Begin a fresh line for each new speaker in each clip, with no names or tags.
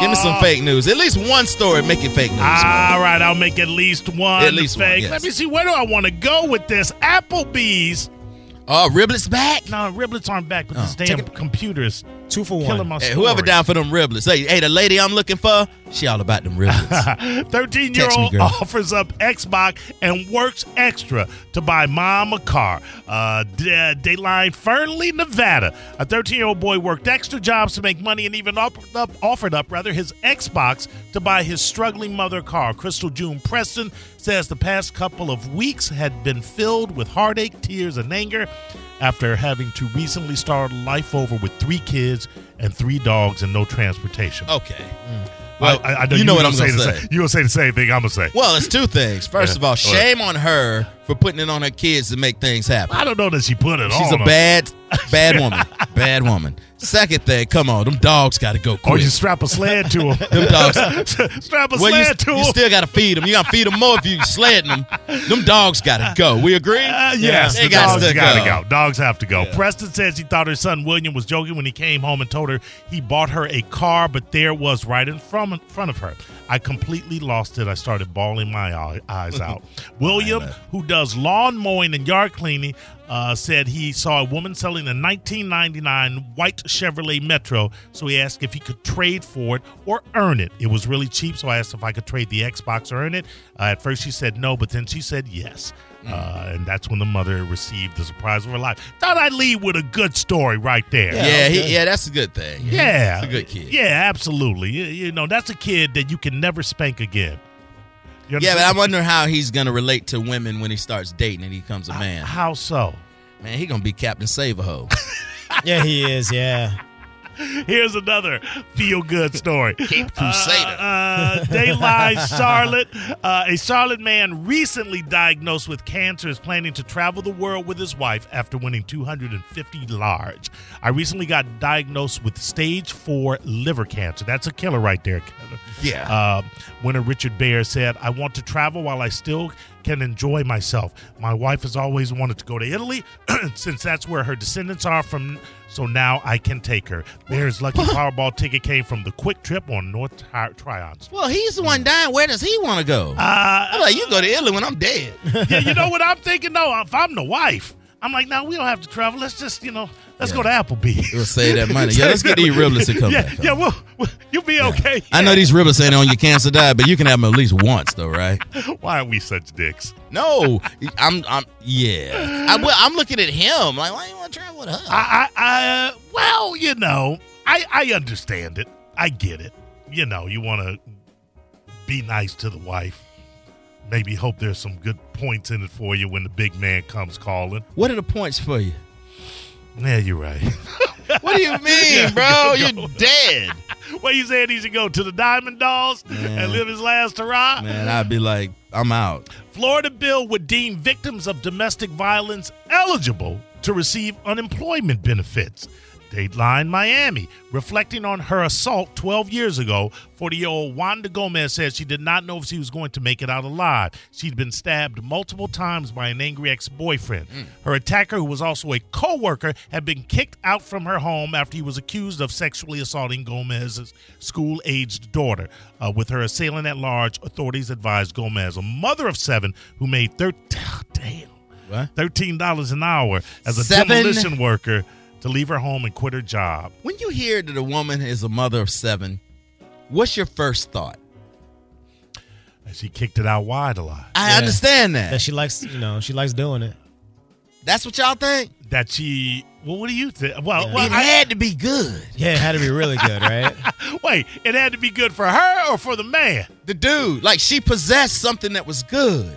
me
Oh.
some fake news. At least one story, make it fake news.
All right, I'll make at least one
At least one,
fake.
yes.
Let me see. Where do I want to go with this? Applebee's.
Oh, riblets back.
No, riblets aren't back, but this
Oh,
damn
take
computer is
Two for
killing
one.
my
Hey,
story.
whoever down for them riblets. Hey, hey, the lady I'm looking for, she all about them riblets.
13 year old
Text me, girl.
offers up Xbox and works extra to buy mom a car. Uh, D- uh, Dateline Fernley, Nevada. A 13 year old boy worked extra jobs to make money and even op- up, offered up rather his Xbox to buy his struggling mother a car. Crystal June Preston says the past couple of weeks had been filled with heartache, tears, and anger after having to recently start life over with three kids and three dogs and no transportation.
okay. Well,
Well, I, I know
you
you
know what
gonna
I'm gonna
the
say.
sa- You gonna say the same thing I'm gonna say.
Well, it's two things. First of all, shame on her for putting it on her kids to make things happen.
I don't know that she put it on.
She's a
them.
bad, bad woman. Bad woman. Second thing, come on, them dogs got to go quick.
Or Oh, you strap a sled to
them
him.
dogs.
strap a
Well, you,
sled to
you
him.
still got to feed them. You got to feed them more if you sledding them. Them dogs got to go. We agree?
Uh, yes,
they
the
gotta
dogs
still
gotta go. Dogs have to go. Preston says he thought her son William was joking when he came home and told her he bought her a car, but there was right in front, in front of her. I completely lost it. I started bawling my eye- eyes out. William, who does lawn mowing and yard cleaning, uh, said he saw a woman selling a 1999 white Chevrolet Metro, so he asked if he could trade for it or earn it. It was really cheap, so I asked if I could trade the Xbox or earn it. Uh, at first, she said no, but then she said yes. Uh, and that's when the mother received the surprise of her life. Thought I'd leave with a good story right there.
Yeah, he, yeah, that's a good thing.
Yeah.
It's a good kid.
Yeah, absolutely. You, you know, that's a kid that you can never spank again. You
Yeah, but I
understand?
wonder how he's gonna relate to women when he starts dating and he becomes a man.
How so?
Man, he gonna be Captain Save-A-Ho.
Yeah, he is. Yeah.
Here's another feel good story.
Cape Crusader.
Uh, uh, Dateline Charlotte. Uh, a Charlotte man recently diagnosed with cancer is planning to travel the world with his wife after winning 250 large. I recently got diagnosed with stage four liver cancer. That's a killer right there, Kevin.
Yeah.
Uh, winner Richard Baer said, I want to travel while I still can enjoy myself. My wife has always wanted to go to Italy since that's where her descendants are from, so now I can take her. Baer's lucky Powerball ticket came from the quick trip on North Tri- Tryon.
well, he's the one dying. Where does he want to go?
Uh,
I'm like, you go to Italy when I'm dead.
yeah, you know what I'm thinking though? If I'm the wife, I'm like, now we don't have to travel. Let's just, you know, let's go to Applebee's.
We'll save that money. Yeah, let's get these riblets to come
yeah,
back.
yeah, we'll, we'll- you'll be okay.
I know these riblets ain't on your cancer diet, but you can have them at least once, though, right?
Why are we such dicks?
No, I'm, I'm, yeah. I, well, I'm looking at him like, why you want to travel with her?
I, I, I well, you know, I, I understand it. I get it. You know, you want to be nice to the wife. Maybe hope there's some good points in it for you when the big man comes calling.
What are the points for you?
Yeah, you're right.
What do you mean, bro? You're dead.
what you saying? He should go to the Diamond Dolls
Man.
and live his last hurrah.
Man, I'd be like, I'm out.
Florida bill would deem victims of domestic violence eligible to receive unemployment benefits. Dateline Miami, reflecting on her assault 12 years ago, 40 year old Wanda Gomez said she did not know if she was going to make it out alive. She'd been stabbed multiple times by an angry ex boyfriend.
Mm.
Her attacker, who was also a co worker, had been kicked out from her home after he was accused of sexually assaulting Gomez's school aged daughter. Uh, with her assailant at large, authorities advised Gomez, a mother of seven who made 13, damn,
What?
$13 an hour as a
Seven?
demolition worker to leave her home and quit her job.
When you hear that a woman is a mother of seven, what's your first thought?
And she kicked it out wide a lot.
I
Yeah.
understand that.
That she likes, you know, she likes doing it.
That's what y'all think?
That she, well, what do you think? Well,
Yeah.
well
it
I-
had to be good.
Yeah, it had to be really good, right?
wait, it had to be good for her or for the man?
The dude, like she possessed something that was good.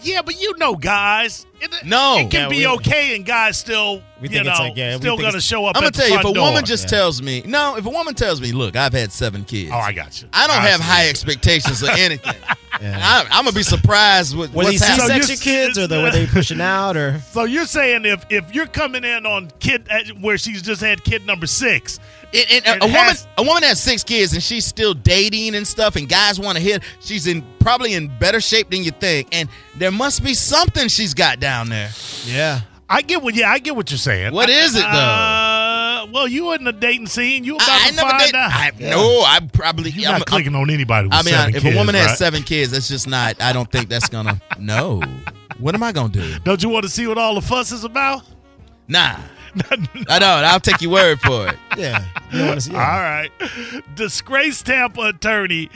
Yeah, but you know, guys, it,
No.
it can
Yeah,
be
we-
okay, and guys still, you
We think
know,
it's like, yeah, we
still
think
gonna
it's-
show up.
I'm gonna
at the
tell you, if
front
a
door.
woman just
Yeah.
tells me, no, if a woman tells me, look, I've had seven kids.
oh, I got you.
I don't have
see.
high expectations of anything.
Yeah.
I, I'm gonna be surprised with
Were
what's
these
happening.
So
C-section
you-
kids, or the, were they pushing out, or
So you're saying if if you're coming in on kid uh, where she's just had kid number six,
It- it- a
It
woman,
has-
a woman has six kids and she's still dating and stuff, and guys want to hit. She's in probably in better shape than you think, and there must be something she's got down there.
yeah?
I get what yeah, I get what you're saying.
What
I-
is it, though?
Uh, well, you in the dating scene. You about
I, I
to
never
find
did.
out.
I, No, I probably.
You're
I'm-
not
I'm-
clicking on anybody with
I mean,
seven
if
kids,
a woman
right?
has seven kids, that's just not. I don't think that's gonna. no. What am I gonna do?
Don't you want to see what all the fuss is about?
Nah. I don't. I'll take your word for it.
Yeah. You don't wanna see- yeah.
All right. Disgraced Tampa attorney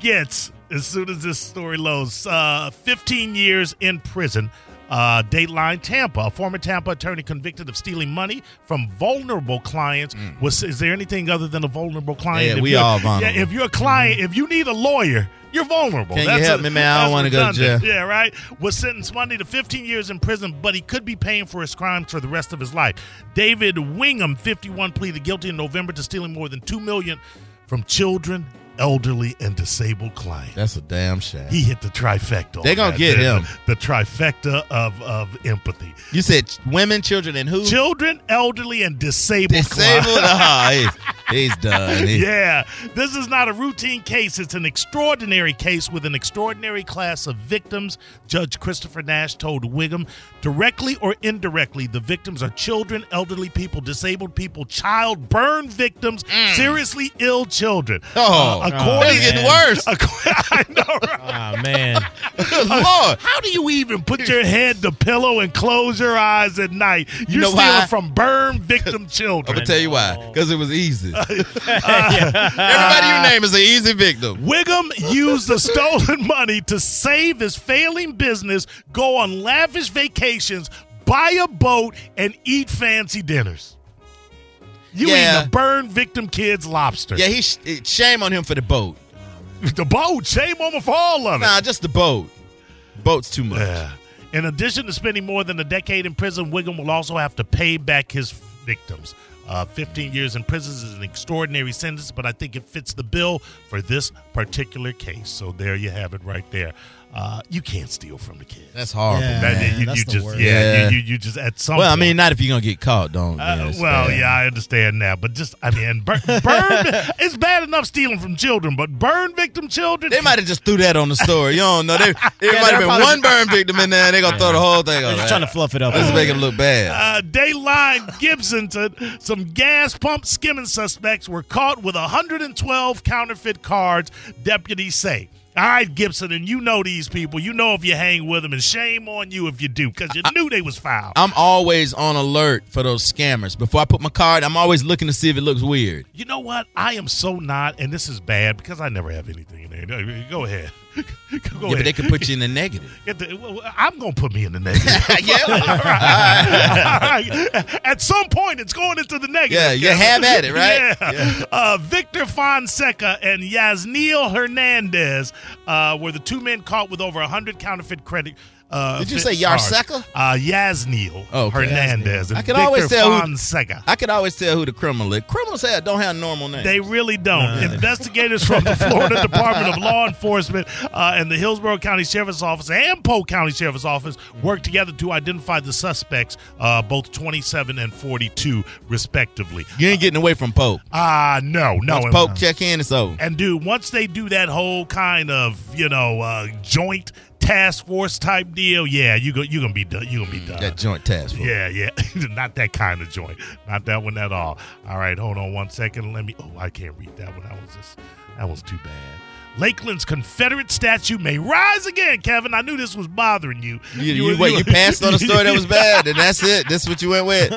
gets, as soon as this story loads, uh, 15 years in prison. Uh, Dateline Tampa, a former Tampa attorney convicted of stealing money from vulnerable clients. Was is there anything other than a vulnerable
Mm.
client?
Yeah,
If
we
you're-
all vulnerable. Mm-hmm.
Yeah, if you're a client, if you need a lawyer, you're vulnerable.
Can you help me, man? I
that's
don't wanna go to
redundant.
jail.
Yeah, right. Was sentenced Monday to 15 years in prison, but he could be paying for his crimes for the rest of his life. David Wingham, 51, pleaded guilty in November to stealing more than two million from children, elderly, and disabled clients.
That's a damn shame.
He hit the trifecta. on
They gonna
that,
get
didn't
him.
The, the trifecta of of empathy.
You said ch- women, children, and who?
Children, elderly, and disabled. clients.
Disabled. Ah, he's, he's done. He-
Yeah, this is not a routine case. It's an extraordinary case with an extraordinary class of victims. Judge Christopher Nash told Wiggum directly or indirectly, the victims are children, elderly people, disabled people, child burn victims, seriously ill children.
Mm. Oh,
Uh,
it's getting
man.
worse.
Ac- I know, right?
Oh man.
Good Lord.
How do you even put your head to pillow and close your eyes at night? You're
know
stealing
why?
from burn victim
I'm
children.
gonna tell you why. Because it was easy. Everybody you name is an easy victim.
Wiggum used the stolen money to save his failing business, go on lavish vacations, buy a boat, and eat fancy dinners. You
Yeah.
eating a burned victim kid's lobster.
Yeah, he sh- it- shame on him for the boat.
The boat, shame on him for all of it.
Nah, just the boat. Boat's too much.
Yeah. In addition to spending more than a decade in prison, Wiggum will also have to pay back his victims. Uh, 15 years in prison is an extraordinary sentence, but I think it fits the bill for this particular case. So there you have it right there. Uh, you can't steal from the kids.
That's horrible.
Yeah.
That-
Man,
you,
that's
you
the
just,
worst.
yeah,
Yeah.
You, you, you just at some.
Well, I
point-
mean, not if you're gonna get caught, don't.
Uh,
yes,
well,
man.
yeah, I understand that, but just I mean, and burn, burn it's bad enough stealing from children, but burn victim children.
They might have just threw that on the story. You don't know. They, it might have
they're
been
probably-
one burn victim in there. They're gonna throw the whole thing.
They're
on
just
there.
trying to fluff it up.
Let's make it look bad.
uh, Dayline Gibson to some gas pump skimming suspects were caught with 112 counterfeit cards, deputies say. All right, Gibson, and you know these people. You know if you hang with them, and shame on you if you do, because you knew they was foul.
I'm always on alert for those scammers. Before I put my card, I'm always looking to see if it looks weird.
You know what? I am so not, and this is bad because I never have anything in there. No, Go ahead. Go
yeah, but
ahead.
they could put you in the negative.
Get the- well, well, I'm gonna put me in the negative.
yeah.
All right. All right. At some point, it's going into the negative.
Yeah, you
Kevin.
have at it, right?
Yeah. Uh, Victor Fonseca and Yasniel Hernandez uh, were the two men caught with over 100 counterfeit credit. Uh,
Did you
fit
say
cards.
Yarseca?
Uh, Yasniel
Oh, okay.
Hernandez and
I can
Victor
always tell who-
Fonseca.
I could always tell who the criminal is. Criminals have, don't have normal names.
They really don't. Investigators from the Florida Department of Law Enforcement uh, and the Hillsborough County Sheriff's Office and Polk County Sheriff's Office worked together to identify the suspects, uh, both 27 and 42, respectively.
you ain't getting away from Pope.
Ah, no, no.
Once
and-
Pope check in, it's over.
And dude, once they do that whole kind of you know uh, joint task force type deal, yeah, you go, you gonna be done. You gonna be done.
Mm, That joint task force.
Yeah, yeah. Not that kind of joint. Not that one at all. All right, hold on one second. Let me. Oh, I can't read that one. That was just. That was too bad. Lakeland's Confederate statue may rise again, Kevin. I knew this was bothering you.
You, you, wait, you passed on a story that was bad, and that's it. That's what you went with.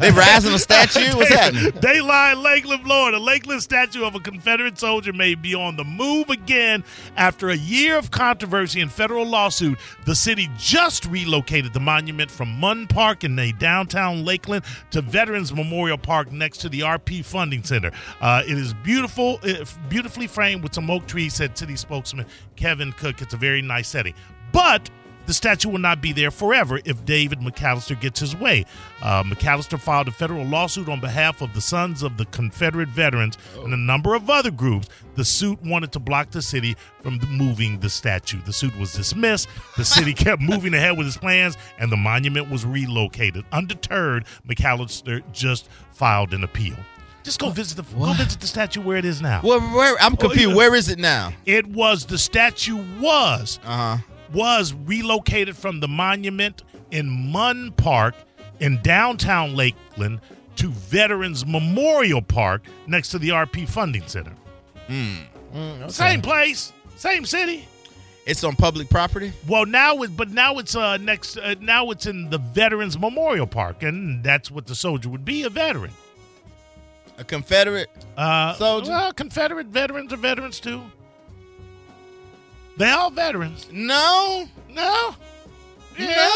They rising a statue. What's happening?
Dayline, Lakeland, Florida. Lakeland statue of a Confederate soldier may be on the move again after a year of controversy and federal lawsuit. The city just relocated the monument from Munn Park in the downtown Lakeland to Veterans Memorial Park next to the RP Funding Center. Uh, it is beautiful, uh, beautifully framed with some oak trees, said city spokesman Kevin Cook. It's a very nice setting. But the statue will not be there forever if David McAllister gets his way. Uh, McAllister filed a federal lawsuit on behalf of the Sons of the Confederate Veterans and a number of other groups. The suit wanted to block the city from moving the statue. The suit was dismissed. The city kept moving ahead with its plans, and the monument was relocated. Undeterred, McAllister just filed an appeal. Just go visit the go visit the statue where it is now.
Where, where,
Oh,
I'm confused. Where is it now?
It was the statue was
Uh huh.
was relocated from the monument in Munn Park in downtown Lakeland to Veterans Memorial Park next to the RP Funding Center. Same place, same city.
It's on public property.
Well, now it, but now it's uh next uh, now it's in the Veterans Memorial Park, and that's what the soldier would be—a veteran.
A Confederate.
Uh,
Soldier.
Well, Confederate veterans are veterans too. They all veterans.
No,
No.
no.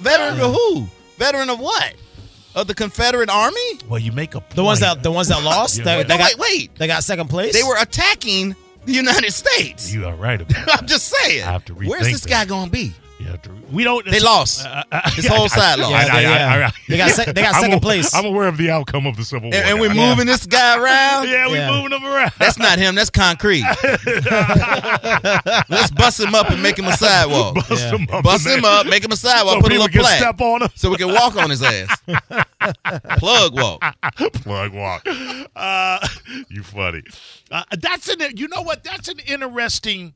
Veteran of who? Veteran of what? Of the Confederate Army?
Well, you make a point.
The ones that the ones that lost,
Yeah.
they, they
No,
got
wait, wait.
they got second place.
They were attacking the United States.
you are right about.
I'm just saying.
I have to
Where's
rethink
this
that.
guy gonna be?
You have to- we don't.
They
Uh,
lost. His whole side lost.
Yeah, they- yeah. They got sec- they got second
I'm, aw-
place.
I'm aware of the outcome of the Civil War.
And, and we're
guys.
moving this guy around.
Yeah, we're
Yeah.
moving them around.
That's not him. That's concrete. Let's bust him up and make him a sidewalk.
Bust
Yeah.
them up.
Bust
man.
him up, make him a sidewalk,
So
put a
people
little
can
plaque
step on them.
so we can walk on his ass. Plug walk.
Plug walk. Uh, you funny. Uh, that's an. You know what? That's an interesting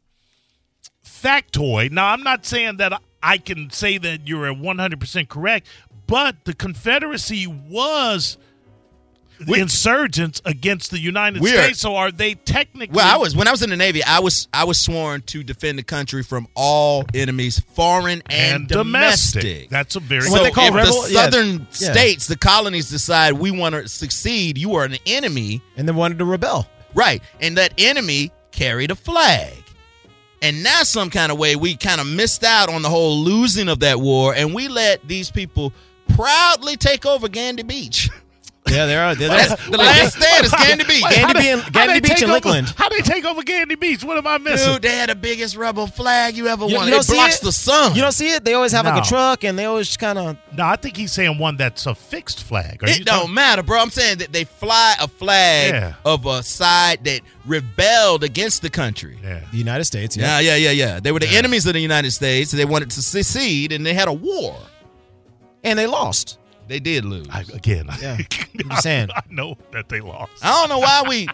factoid. Now, I'm not saying that I can say that you're 100 percent correct, but the Confederacy was. the insurgents against the United
We are-
States. So are they technically?
Well, I was when I was in the Navy, I was I was sworn to defend the country from all enemies, foreign and,
and domestic. That's a very
so
What they call
if
rebel-
the
yeah.
southern
Yeah.
states, the colonies decide we want to succeed, you are an enemy,
and then wanted to rebel.
right? And that enemy carried a flag. And now, some kind of way, we kind of missed out on the whole losing of that war, and we let these people proudly take over Gandy Beach.
Yeah, they are. They're,
That's the last stand is Candy Beach.
Wait, Gandy
How they-
Bean-
how
Gandy
they
Beach
take
in
over-
Lakeland.
How they take over Gandy Beach? What am I missing?
Dude, they had the biggest rebel flag you ever
You- you
wanted.
don't
it
see
blocks
it?
the sun.
you don't see it. They always have like
No.
a truck, and they always kind of
No, I think he's saying one that's a fixed flag. Are you
it don't
talking-
matter, bro. I'm saying that they fly a flag
Yeah.
of a side that rebelled against the country.
Yeah.
the United States.
Yeah, yeah, yeah, yeah. They were the
Yeah.
enemies of the United States. They wanted to secede, and they had a war.
and they lost.
They did lose.
I, again, I-
Yeah, I'm just saying.
I know that they lost.
I don't know why we.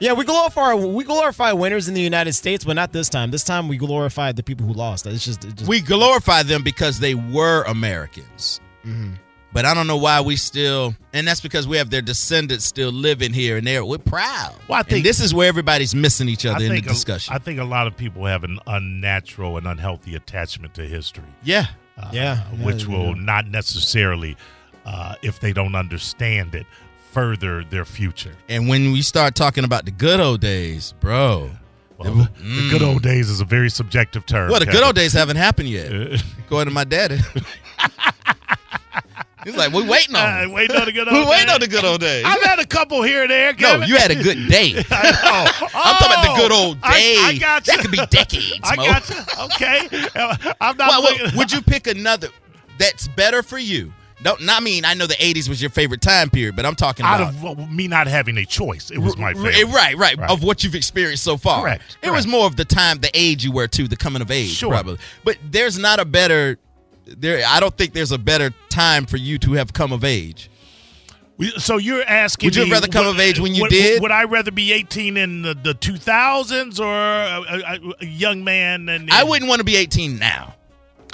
Yeah, we glorify we glorify winners in the United States, but not this time. This time we glorify the people who lost. It's just, it's just
we glorify them because they were Americans.
Mm-hmm.
But I don't know why we still, and that's because we have their descendants still living here, and they're we're proud.
Well, I
And
think-
this is where everybody's missing each other
I
in the
think
discussion.
A, I think a lot of people have an unnatural and unhealthy attachment to history,
yeah,
uh,
Yeah, yeah,
which
you
will
know.
not necessarily, uh, if they don't understand it, further their future.
and when we start talking about the good old days, bro,
Well, the, the good old days is a very subjective term.
well, the Mm. good
Kevin.
old days haven't happened yet.
Uh,
According to my daddy, he's like, we're waiting on.
I
it.
wait on the good
we're
old
waiting
days.
on the good old days.
I've had a couple here and there.
No,
Kevin. Oh,
you had a good day. I'm talking about the good old
I-
days.
I got you.
That could be decades.
I
Mo.
got you. Okay, I'm not.
Well, well,
looking-
would you pick another that's better for you? Don't not mean I know the '80s was your favorite time period, but I'm talking
out
about
of well, me not having a choice, it was
R-
my favorite.
Right, right,
Right.
of what you've experienced so far.
Correct,
It was
correct.
more of the time, the age you were too, the coming of age,
Sure.
probably. But there's not a better. There, I don't think there's a better time for you to have come of age.
We- So you're asking?
Would you
me
rather come
what-
of age when you
would-
did?
Would I rather be 18 in the, the 2000s or a, a, a young man? And
I wouldn't want to be 18 now.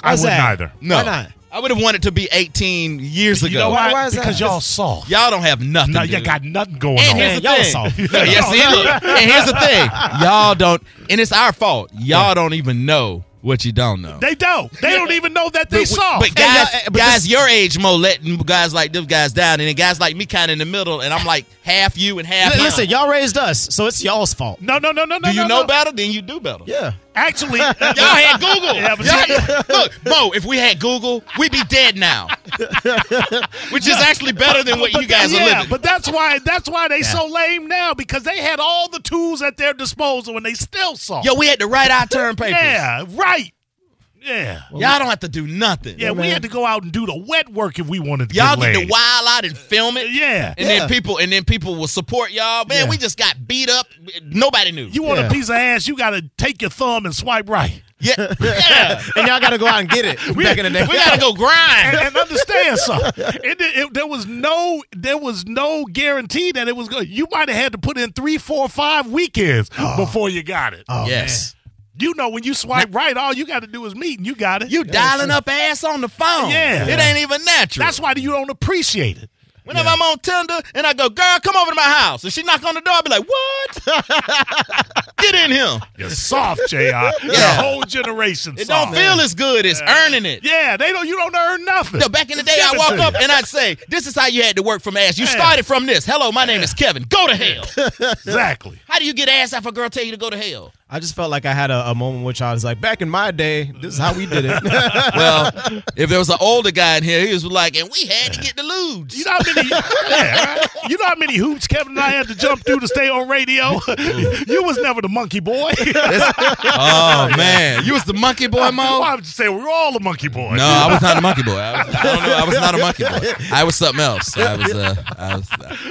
I
Why's
wouldn't
that?
either.
No,
Why not?
I would have wanted to be 18 years
You
ago.
know why?
Why- why is that?
because y'all soft.
Y'all don't have nothing.
no, you
dude.
got nothing going
And
on.
here's the
Man, y'all
thing.
soft.
No, yes, it is. And here's the thing. Y'all don't, and it's our fault. Y'all don't even know what you don't know.
they don't. They don't even know that they
but,
soft. eh,
But guys,
y'all- but
guys your age, Mo, letting guys like them guys down, and then guys like me kind of in the middle, and I'm like half you and half.
Li-
him.
listen. Y'all raised us, so it's y'all's fault.
no, no, no, no, no.
do you
no,
know
no.
better? Then you do better.
Yeah,
Actually,
Y'all had Google.
Yeah, but
Y'all-
you-
look, Mo, if we had Google, we'd be dead now. Which is actually better than what you guys
yeah,
are living.
But that's why that's why they so lame now because they had all the tools at their disposal and they still saw.
Yo, we had to write our term papers.
yeah, right. Yeah.
Y'all don't have to do nothing.
Yeah, we
man.
had to go out and do the wet work if we wanted to
Y'all
get
get
laid.
to wild out and film it.
Yeah.
And
Yeah.
then people and then people will support y'all. Man,
Yeah.
we just got beat up. Nobody knew.
You want
Yeah.
a piece of ass, you got to take your thumb and swipe right.
yeah. yeah.
and y'all got to go out and get it. back in the day,
We gotta go
And,
grind.
and understand something. It, did- it- there was no there was no guarantee that it was good. You might have had to put in three, four, five weekends
Oh.
before you got it.
Oh,
Yes.
You know, when you swipe right, all you got to do is meet and you got it.
You dialing up ass on the phone.
Yeah.
It ain't even natural.
That's why you don't appreciate it.
Whenever I'm on Tinder and I go, girl, come over to my house. And she knock on the door, i be like, what? Get in here.
You're soft, Jr. Yeah.
Yeah.
The whole generation.
It don't feel as good as earning it.
Yeah, they don't. You don't earn nothing.
No, back in the day,
Give
I
it
walk
to
up
you.
and I'd say, this is how you had to work from ass. You
Yeah.
started from this. Hello, my name is Kevin. Go to hell.
Exactly.
How do you get ass after a girl tell you to go to hell?
I just felt like I had a, a moment which I was like, back in my day, this is how we did it.
Well, if there was an older guy in here, he was like, and we had to get the lewds.
You know how many? yeah, right? You know how many hoops Kevin and I had to jump through to stay on radio.
Mm-hmm.
you was never the monkey boy.
oh, man. You was the monkey boy, Mo?
I would just say we were all the monkey boy.
No, I was not a monkey boy. I, was, I don't know. I was not a monkey boy. I was something else. I was. Uh, I was.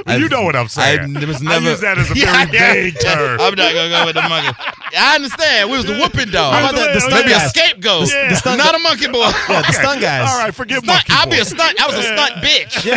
I,
you know what I'm saying.
I, there was never,
I use that as a very
Yeah, I-
vague term.
I'm not gonna go with the monkey. I understand. We was the whooping
How
dog.
about that- the stunt
Maybe a
guy?
scapegoat.
Yeah. The stunt
Not a monkey boy.
yeah, the stun guys.
All right, forgive
Stunt-
monkey
I'll
boy.
be a stunt. I was a stunt bitch. Yeah,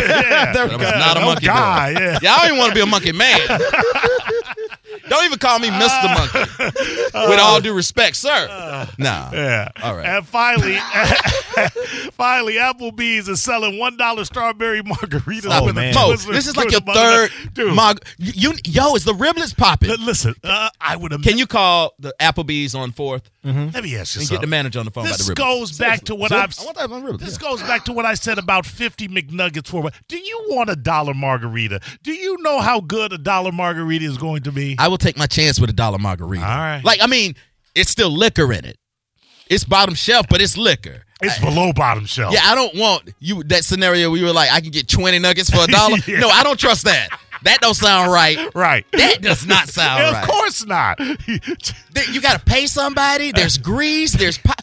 yeah.
There we
I was
go.
not a
No
monkey
guy,
boy.
yeah.
I don't even want to be a monkey man. don't even call me Mr. Monkey. With
Uh,
all due respect, sir. nah.
Yeah.
All right.
And finally, finally, Applebee's is selling one dollar strawberry margaritas
Stop
Oh,
with
it,
a
man.
Mo,
with a-
this is like
with
your
a mother-
third.
Dude,
Mog- you, you- yo, is the riblets popping?
li- listen, uh, I would.
Can you call the Applebee's on 4th
let me ask you
and
something?
get the manager on the phone
this
about the riblets?
goes back to what
See?
I've.
I want that on riblets.
This
yeah.
goes back to what I said about 50 McNuggets for what? Do you want a dollar margarita? Do you know how good a dollar margarita is going to be?
I will take my chance with a dollar margarita.
All right.
Like, I mean, it's still liquor in it. It's bottom shelf, but it's liquor.
it's below bottom shelf.
Yeah, I don't want you that scenario where you were like, I can get 20 nuggets for a dollar.
Yeah.
No, I don't trust that. That don't sound right.
Right.
That does not sound
of
right.
course not.
Th- You got to pay somebody. There's grease. There's pi-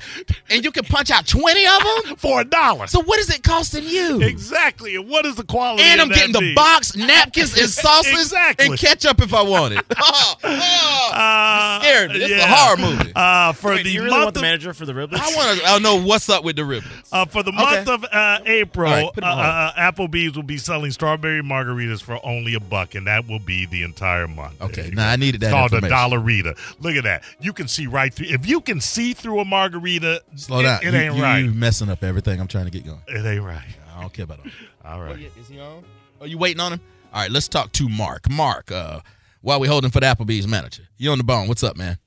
and you can punch out 20 of them.
for a dollar.
So what is it costing you?
exactly. And what is the quality
And
of
I'm
that
getting the
meat?
box, napkins, and sauces,
Exactly.
and ketchup if I want it. Oh, oh.
Uh,
scared me. This is a horror movie.
Uh, for
Wait, do
the
you really
month
want the
of
manager for the riblets?
I want to. I know what's up with the riblets.
Uh, for the month of uh, April,
All right, put
uh,
it on.
uh, Applebee's will be selling strawberry margaritas for only a buck, and that will be the entire month.
Okay,
There you
now
go.
I needed that
It's called a
information.
dollarita. Look at that. You can see right through. If you can see through a margarita,
Slow
it,
down.
It
You-
ain't
you,
right.
You messing up everything. I'm trying to get going.
It ain't right.
I don't care about all.
All right.
Is he on? Are you waiting on him? All right, let's talk to Mark. Mark, uh, while we holding for the Applebee's manager, you on the bone? What's up, man?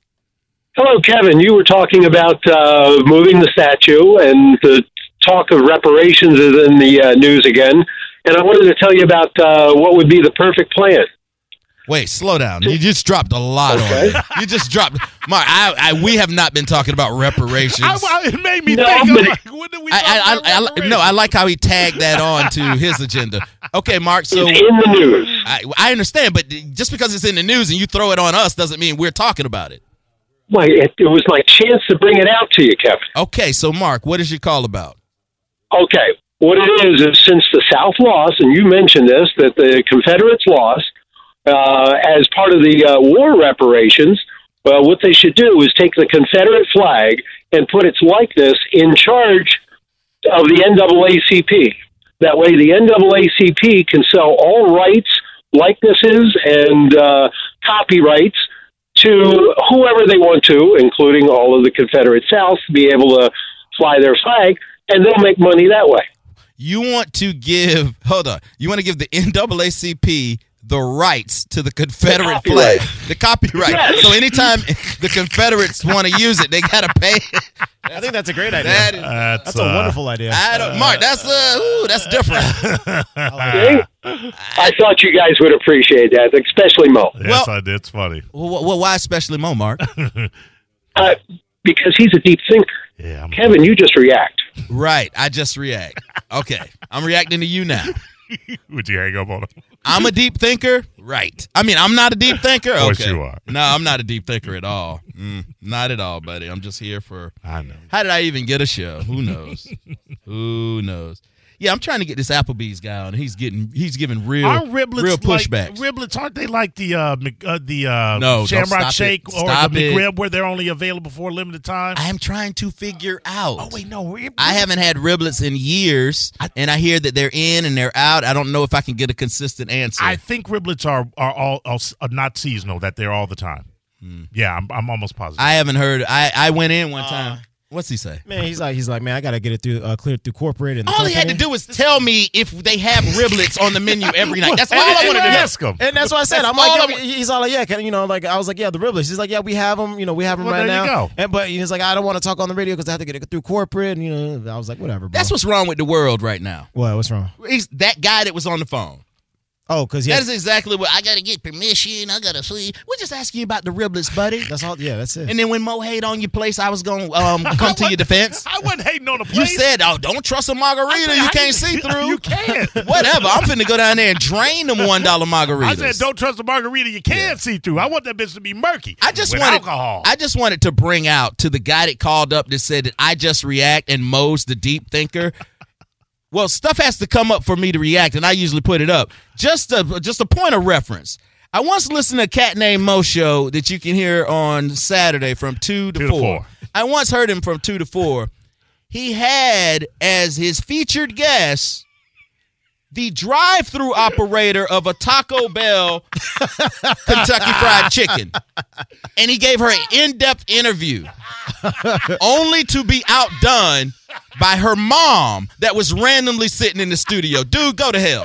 Hello, Kevin. You were talking about uh, moving the statue, and the talk of reparations is in the uh, news again. And I wanted to tell you about uh, what would be the perfect plan.
Wait, slow down. You just dropped a lot
Okay.
on me. You just dropped, Mark. I, I we have not been talking about reparations.
I, I- it made me
No,
think. I'm
but-
like, when did we talk
I,
about
I, I, I,
reparations?
no, I like how he tagged that on to his agenda. Okay, Mark. So
It's in the news.
I, I understand, but just because it's in the news and you throw it on us doesn't mean we're talking about it.
My, it, it was my chance to bring it out to you, Kevin.
Okay, so Mark, what is your call about?
Okay. What it is is since the South lost, and you mentioned this, that the Confederates lost uh, as part of the uh, war reparations. Well, what they should do is take the Confederate flag and put its likeness in charge of the NAACP. That way, the NAACP can sell all rights, likenesses, and uh, copyrights to whoever they want to, including all of the Confederate South, be able to fly their flag, and they'll make money that way.
You want to give, hold on, you want to give the NAACP the rights to the Confederate
The
flag,
copyright.
the copyright.
Yes.
So anytime the Confederates want to use it, they got to pay.
I think that's a great idea.
That is,
That's,
that's a
uh,
wonderful idea.
I don't, Mark, that's, uh, ooh, that's different.
See? I thought you guys would appreciate that, especially Mo,
Yes,
Well-
I did. It's funny.
Well, well why especially Mo, Mark?
uh, because he's a deep thinker.
Yeah, I'm-
Kevin, you just react.
Right, I just react. Okay, I'm reacting to you now.
would you hang up on him?
I'm a deep thinker, right? I mean, I'm not a deep thinker. Of
course you are.
No, I'm not a deep thinker at all. Mm, not at all, buddy. I'm just here for.
I know.
How did I even get a show? Who knows? Who knows? Yeah, I'm trying to get this Applebee's guy on. He's getting. He's giving real,
Aren't riblets
real
Like,
pushbacks.
riblets aren't they like the uh, Mc- uh the uh,
No, don't stop
Shamrock
it.
Shake or
Stop
the
it.
McRib where they're only available for a limited time?
I am trying to figure out.
oh wait, no, rib-
I haven't had riblets in years, and I hear that they're in and they're out. I don't know if I can get a consistent answer.
I think riblets are are all, all s- are not
Hmm.
seasonal; that they're all the time. Yeah, I'm, I'm almost positive. Uh,
I haven't heard. I I went in one time What's he say?
Man, he's like, he's like, man, I gotta get it through, uh, cleared through corporate. And the
All he had to
company."
do was tell me if they have riblets on the menu every night. That's all I wanted to know.
ask him.
And that's what I said.
That's
I'm like,
all
yeah,
I want-
we- he's all like, yeah, can, you know, like I was like, yeah, the riblets. He's like, yeah, we have them, you know, we have them
Well,
right
there you
now.
go.
And but he's like, I don't want to talk on the radio because I have to get it through corporate. And you know, I was like, whatever. Bro.
That's what's wrong with the world right now.
what. What's wrong?
He's that guy that was on the phone.
Oh, because yeah,
That is exactly what I got to get permission. I got to see. We're just asking you about the riblets, buddy.
that's all. Yeah, that's it.
And then when Mo hate on your place, I was going to um, come to your defense.
I wasn't hating on the place.
You said, oh, don't trust a margarita you can't see through.
You can't.
Whatever. I'm finna go down there and drain them $1 margaritas.
I said, don't trust the margarita you can see through. I want that bitch to be murky.
I just
with
wanted
alcohol.
I just wanted to bring out to the guy that called up that said that I just react and Mo's the deep thinker. well, stuff has to come up for me to react, and I usually put it up. Just a just a point of reference. I once listened to a cat named Mo show that you can hear on Saturday from two to,
Two to
four.
four.
I once heard him from two to four. He had as his featured guest the drive-through operator of a Taco Bell Kentucky Fried Chicken. And he gave her an in depth interview, only to be outdone by her mom that was randomly sitting in the studio. Dude, go to hell.